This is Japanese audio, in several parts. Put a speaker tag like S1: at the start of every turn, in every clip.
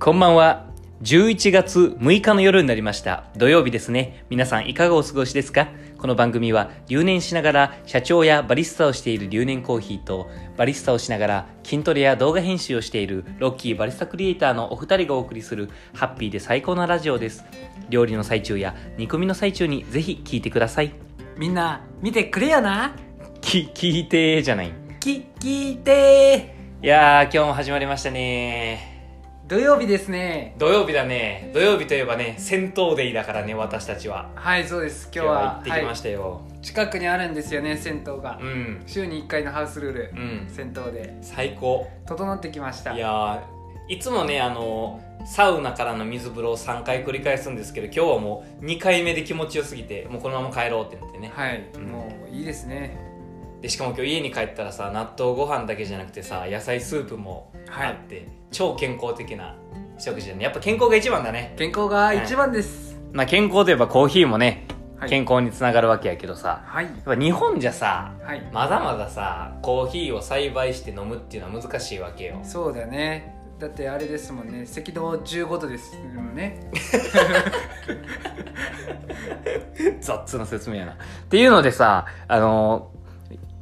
S1: こんばんは。11月6日の夜になりました。土曜日ですね。皆さんいかがお過ごしですかこの番組は留年しながら社長やバリスタをしている留年コーヒーとバリスタをしながら筋トレや動画編集をしているロッキーバリスタクリエイターのお二人がお送りするハッピーで最高なラジオです。料理の最中や煮込みの最中にぜひ聞いてください。
S2: みんな見てくれよな
S1: き、聞いてじゃない。
S2: き、聞いて
S1: いやー今日も始まりましたね
S2: 土曜日ですね
S1: 土曜日だね土曜日といえばね戦闘デイだからね私たちは
S2: はいそうです
S1: 今日は行ってきましたよ、
S2: はい、近くにあるんですよね銭湯が、
S1: うん、
S2: 週に1回のハウスルール、
S1: うん、
S2: 銭湯で
S1: 最高
S2: 整ってきました
S1: いやいつもねあのサウナからの水風呂を3回繰り返すんですけど今日はもう2回目で気持ちよすぎてもうこのまま帰ろうってなってね
S2: はい、うん、もういいですね
S1: でしかも今日家に帰ったらさ納豆ご飯だけじゃなくてさ野菜スープもあって、はい、超健康的な食事だねやっぱ健康が一番だね
S2: 健康が一番です、
S1: はい、まあ、健康といえばコーヒーもね、はい、健康につながるわけやけどさ、
S2: はい、や
S1: っぱ日本じゃさ、まだまださコーヒーを栽培して飲むっていうのは難しいわけよ
S2: そうだねだってあれですもんね赤道15度ですもんね
S1: 雑な説明やなっていうのでさあの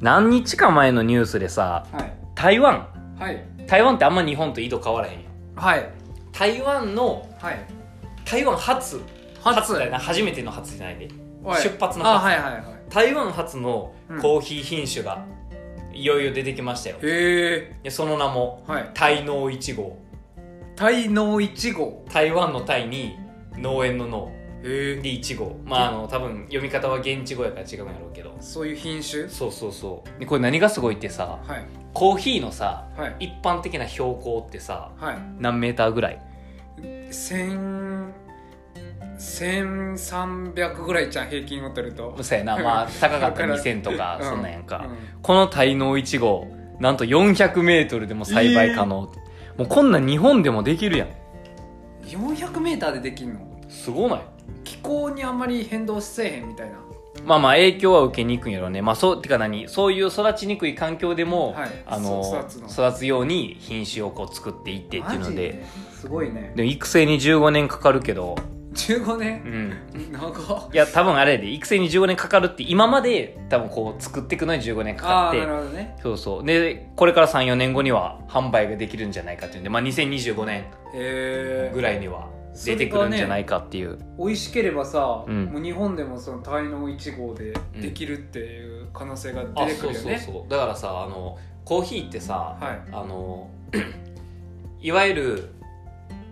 S1: 何日か前のニュースでさ、
S2: はい、
S1: 台湾、
S2: はい、
S1: 台湾ってあんま日本と緯度変わらへんよ
S2: はい
S1: 台湾の、
S2: はい、
S1: 台湾初
S2: 初
S1: だよな初めての初じゃないで出発の初、
S2: はいはいはい、
S1: 台湾初のコーヒー品種が、いよいよ出てきましたよ、
S2: うん、へ
S1: えその名も、
S2: はい、
S1: 台農1号
S2: 台農1号
S1: 台湾の台に農園の農
S2: で
S1: 1号まああの多分読み方は現地語やから違うんやろうけど
S2: そういう品種
S1: そうそうそうでこれ何がすごいってさ、
S2: はい、
S1: コーヒーのさ、
S2: はい、
S1: 一般的な標高ってさ、
S2: はい、
S1: 何メーターぐらい
S2: 千1300ぐらいじゃん平均を取ると
S1: そうやなまあ 高かったら2000とかうん、そんなんやんか、うん、この滞納1号なんと400メートルでも栽培可能、えー、もうこんなん日本でもできるやん
S2: 400メーターでできんの
S1: すごない
S2: 気候にあんまり変動せえへんみたいな
S1: まあまあ影響は受けにくいんやろうねまあそうてか何そういう育ちにくい環境でも、
S2: はい、
S1: あの育つように品種をこう作っていってっていうの
S2: ですごいね
S1: でも育成に15年かかるけど
S2: 15年
S1: うん
S2: 長
S1: いや多分あれで育成に15年かかるって今まで多分こう作っていくのに15年かかって
S2: なるほどね
S1: そうそうでこれから34年後には販売ができるんじゃないかっていうんでまあ2025年ぐらいには、出てくるんじゃないかっていう、
S2: ね、美味しければさ、
S1: うん、
S2: もう日本でもその滞納1号でできるっていう可能性が出てくるよね、
S1: うん、そうそうだからさあのコーヒーってさ、
S2: はい、
S1: あの いわゆる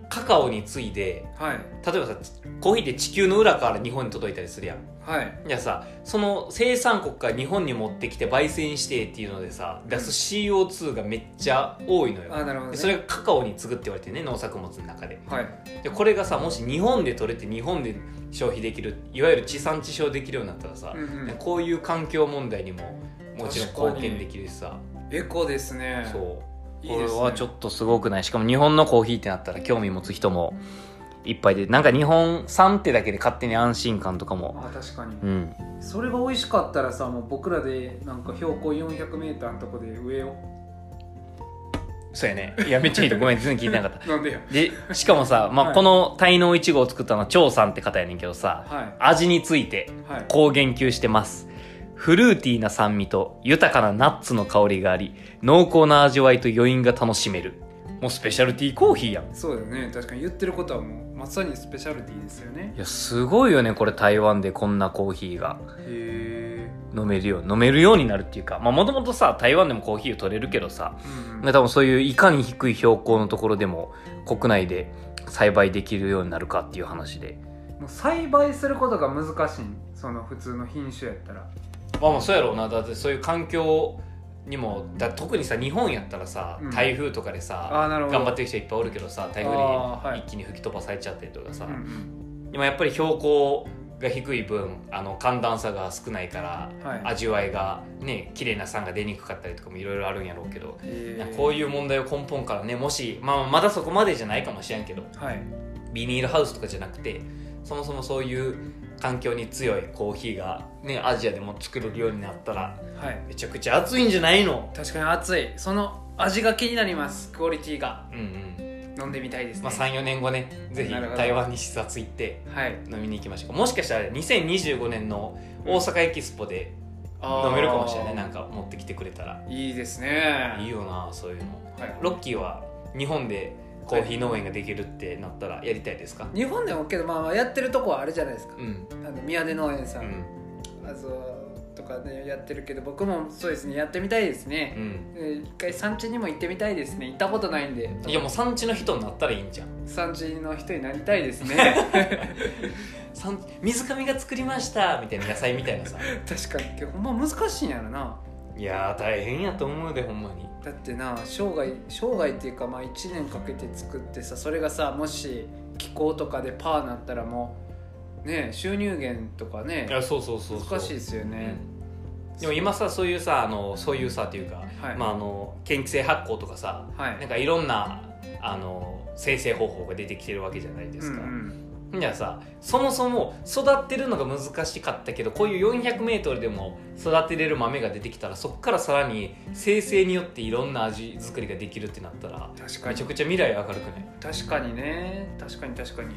S1: カカオに次いで、
S2: はい、
S1: 例えばさコーヒーって地球の裏から日本に届いたりするやん
S2: はい、
S1: じゃあさその生産国から日本に持ってきて焙煎してっていうのでさ出す CO2 がめっちゃ多いのよ、
S2: あなるほど、ね、
S1: それがカカオに次ぐって言われてね農作物の中で,、
S2: はい、
S1: でこれがさもし日本で取れて日本で消費できるいわゆる地産地消できるようになったらさ、
S2: うんうん、
S1: こういう環境問題にももちろん貢献できるしさ
S2: エコですね
S1: そうこれはちょっとすごくないしかも日本のコーヒーってなったら興味持つ人もいっぱいでなんか日本産ってだけで勝手に安心感とかも
S2: あ確かに、
S1: うん、
S2: それが美味しかったらさもう僕らでなんか標高 400m のとこで植えよ
S1: うそうやねいやめっちゃいいとごめん全然聞いてなかった
S2: なんでや
S1: でしかもさ、まあはい、この滞納1号を作ったのは張さんって方やねんけどさ、
S2: はい、
S1: 味についてこう言及してます、はい、フルーティーな酸味と豊かなナッツの香りがあり濃厚な味わいと余韻が楽しめるもうスペシャルティーコーヒーやん
S2: そうだよね確かに言ってることはもうまさにスペシャルティーですよね
S1: いやすごいよねこれ台湾でこんなコーヒーが
S2: へ
S1: え飲めるよ飲めるようになるっていうかまあもともとさ台湾でもコーヒーを取れるけどさ、
S2: うん
S1: うん、多分そういういかに低い標高のところでも国内で栽培できるようになるかっていう話で
S2: もう栽培することが難しいその普通の品種やったら
S1: まあまあそうやろうなだってそういう環境にもだ特にさ日本やったらさ、
S2: うん、
S1: 台風とかでさ頑張ってる人いっぱいおるけどさ台風で一気に吹き飛ばされちゃったりとかさ、
S2: はい、
S1: 今やっぱり標高が低い分あの寒暖差が少ないから、
S2: はい、
S1: 味わいがね綺麗な酸が出にくかったりとかもいろいろあるんやろうけど、
S2: え
S1: ー、こういう問題を根本からねもし、まあ、まだそこまでじゃないかもしれんけど、
S2: はい、
S1: ビニールハウスとかじゃなくてそもそもそういう環境に強いコーヒーが、ね、アジアでも作れるようになったら、
S2: はい、
S1: めちゃくちゃ熱いんじゃないの
S2: 確かに熱いその味が気になりますクオリティが
S1: うんうん
S2: 飲んでみたいですね、
S1: まあ、34年後ねぜひ
S2: なるほど
S1: 台湾に視察行って
S2: はい
S1: 飲みに行きましょうもしかしたら2025年の大阪エキスポで飲めるかもしれないなん
S2: か
S1: か持ってきてくれたら
S2: いいですね
S1: いいよなそういうの
S2: はい
S1: ロッキーは日本でコーヒー農園ができるってなったらやりたいですか、
S2: 日本でもけど、まあまあ、やってるとこはあれじゃないですか、
S1: うん
S2: あの宮根農園
S1: う
S2: さん、
S1: ん
S2: あそうとかねやってるけど僕もそうですねやってみたいです
S1: う
S2: ね、
S1: ん
S2: えー一回産地にも行ってみたいですね行ったことないんで
S1: いやもう産地の人になったらいいんじゃん
S2: 産地の人になりたいです ね
S1: 産水上が作りましたみたいな野菜みたい なさ
S2: 確かにけどほんま難しいんやろない
S1: やー大変やと思うでほんまに
S2: だってな生涯生涯っていうかまあ1年かけて作ってさそれがさもし気候とかでパーなったらもうね収入源とかね
S1: いやそうそうそうそう
S2: 難しいですよ
S1: ね
S2: ね、
S1: でも今さそういうさあのそういうさというか、
S2: はい
S1: まあ、あの研究性発酵とかさ
S2: はい
S1: なんかいろんなあの生成方法が出てきてるわけじゃないですか、
S2: うんうん
S1: じゃあさそもそも育ってるのが難しかったけどこういう 400m でも育てれる豆が出てきたらそこからさらに生成によっていろんな味作りができるってなったら
S2: 確か
S1: めちゃ
S2: に
S1: くちゃ未来明るくない
S2: 確かにね確かに確かに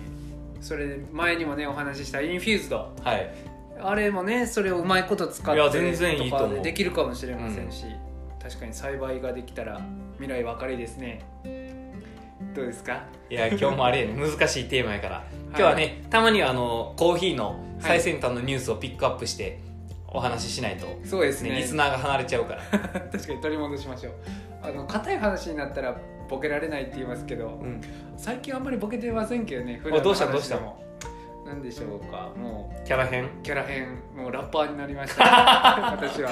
S2: それで前にもねお話ししたインフューズド
S1: はい
S2: あれもねそれをうまいこと使っ
S1: いや
S2: て
S1: 全然いいと思う
S2: かでできるかもしれませんし、確かに栽培ができたら未来は明るいですねどうですか
S1: いや今日もあ れやね難しいテーマやから今日はね、たまにはあのコーヒーの最先端のニュースをピックアップしてお話ししないと、ね
S2: そうですね
S1: リスナーが離れちゃうから、
S2: 確かに取り戻しましょうあの硬い話になったらボケられないって言いますけど最近あんまりボケてませんけどね普段の
S1: どうした
S2: 話
S1: どうした
S2: でもなんでしょうかも
S1: キャラ編
S2: うキャラ編もうラッパーになりました 私は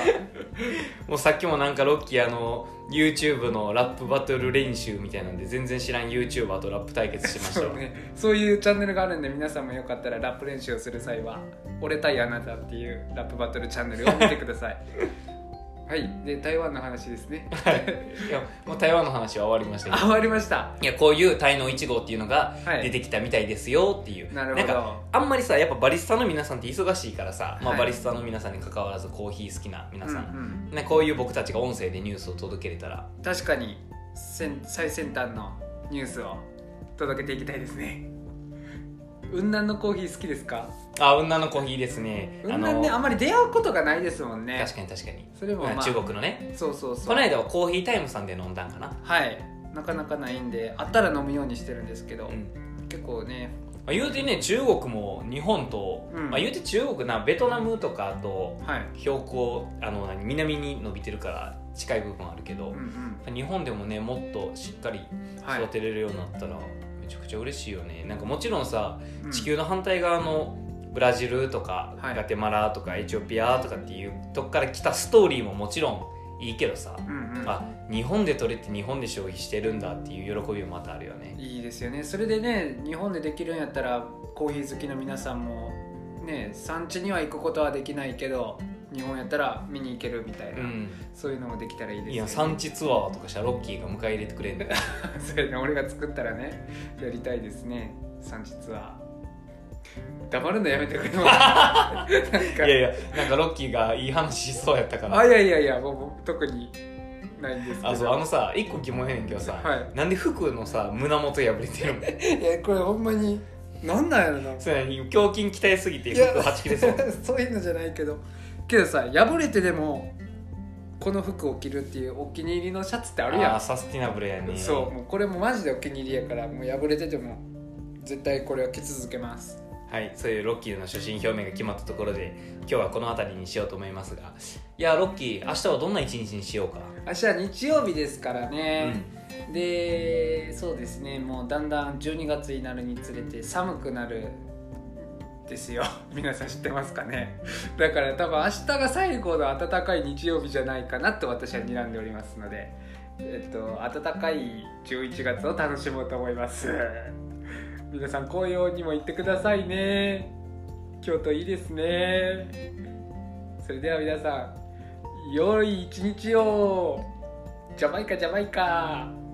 S1: もうさっきもなんかロッキーあの YouTube のラップバトル練習みたいなんで全然知らん YouTuber とラップ対決してました
S2: そ
S1: よ
S2: う,、ね、そういうチャンネルがあるんで皆さんもよかったらラップ練習をする際は「俺対あなた」っていうラップバトルチャンネルを見てくだ さいはいで台湾の話ですね
S1: いやもう台湾の話は終わりました
S2: あ
S1: けど
S2: 終わりました
S1: いやこういう滞納1号っていうのが
S2: は
S1: 出
S2: い
S1: てきたみたいですよっていう、
S2: な
S1: な
S2: るほ
S1: んか
S2: ど
S1: あんまりさやっぱバリスタの皆さんって忙しいからさ、ま
S2: は
S1: あ、
S2: い
S1: バリスタの皆さんに関わらずコーヒー好きな皆さん、
S2: うんうん
S1: ね、こういう僕たちが音声でニュースを届けれたら
S2: 確かにせん最先端のニュースを届けていきたいですね雲南のコーヒー好きですか
S1: あ女のコーヒーですね
S2: 雲南ねあ
S1: あの
S2: んまり出会うことがないですもんね
S1: 確かに確かに、
S2: それもまあ
S1: 中国のね
S2: そうそうそう
S1: この間はコーヒータイムさんで飲んだんかな、
S2: はいなかなかないんであったら飲むようにしてるんですけど、
S1: うん
S2: 結構ね
S1: まあ、言うてね中国も日本と、
S2: うん
S1: まあ、言うて中国なベトナムとかあと
S2: はい、
S1: 標高あの何南に伸びてるから近い部分あるけど、
S2: うんうん
S1: 日本でもねもっとしっかり
S2: はい
S1: 育てれるようになったら、めちゃくちゃ嬉しいよねなんかもちろんさ
S2: うん
S1: 地球の反対側のブラジルとか、
S2: はい
S1: ガテマラとかエチオピアとかっていうとこから来たストーリーももちろんいいけどさ、
S2: うんうん
S1: あ日本で取れて日本で消費してるんだっていう喜びもまたあるよね
S2: いいですよねそれでね日本でできるんやったらコーヒー好きの皆さんもね産地には行くことはできないけど日本やったら見に行けるみたい
S1: う
S2: な、
S1: ん
S2: そういうのもできたらいいですよね
S1: いや産地ツアーとかしたらロッキーが迎え入れてくれんだよ
S2: それね俺が作ったらねやりたいですね産地ツアー黙るのやめ てくれなんか
S1: いやいやなんかロッキーがいい話しそうやったから
S2: あいやいやいやもうもう特にないんですけど
S1: あそうあのさ一個疑問やねんけどさ、
S2: は
S1: なんで服のさ胸元破れ てるの
S2: いやこれほんまになんなんやろな
S1: それ何胸筋鍛えすぎて
S2: いや
S1: 服はち切れそう
S2: そういうのじゃないけどけどさ破れてでもこの服を着るっていうお気に入りのシャツってある
S1: ー
S2: や
S1: サスティナブルや
S2: ん、
S1: ね
S2: そうもうこれもマジでお気に入りやからもう破れてても絶対これは着続けます
S1: はいそういうロッキーの所信表明が決まったところで今日はこの辺りにしようと思いますがいやロッキー明日はどんな一日にしようか、
S2: 明日は日曜日ですからね、
S1: うん
S2: でそうですねもうだんだん12月になるにつれて寒くなるですよ 皆さん知ってますかねだから多分明日が最後の暖かい日曜日じゃないかなと私は睨んでおりますのでえっと暖かい11月を楽しもうと思います 皆さん紅葉にも行ってくださいね京都いいですねそれでは皆さん良い一日をジャマイカジャマイカ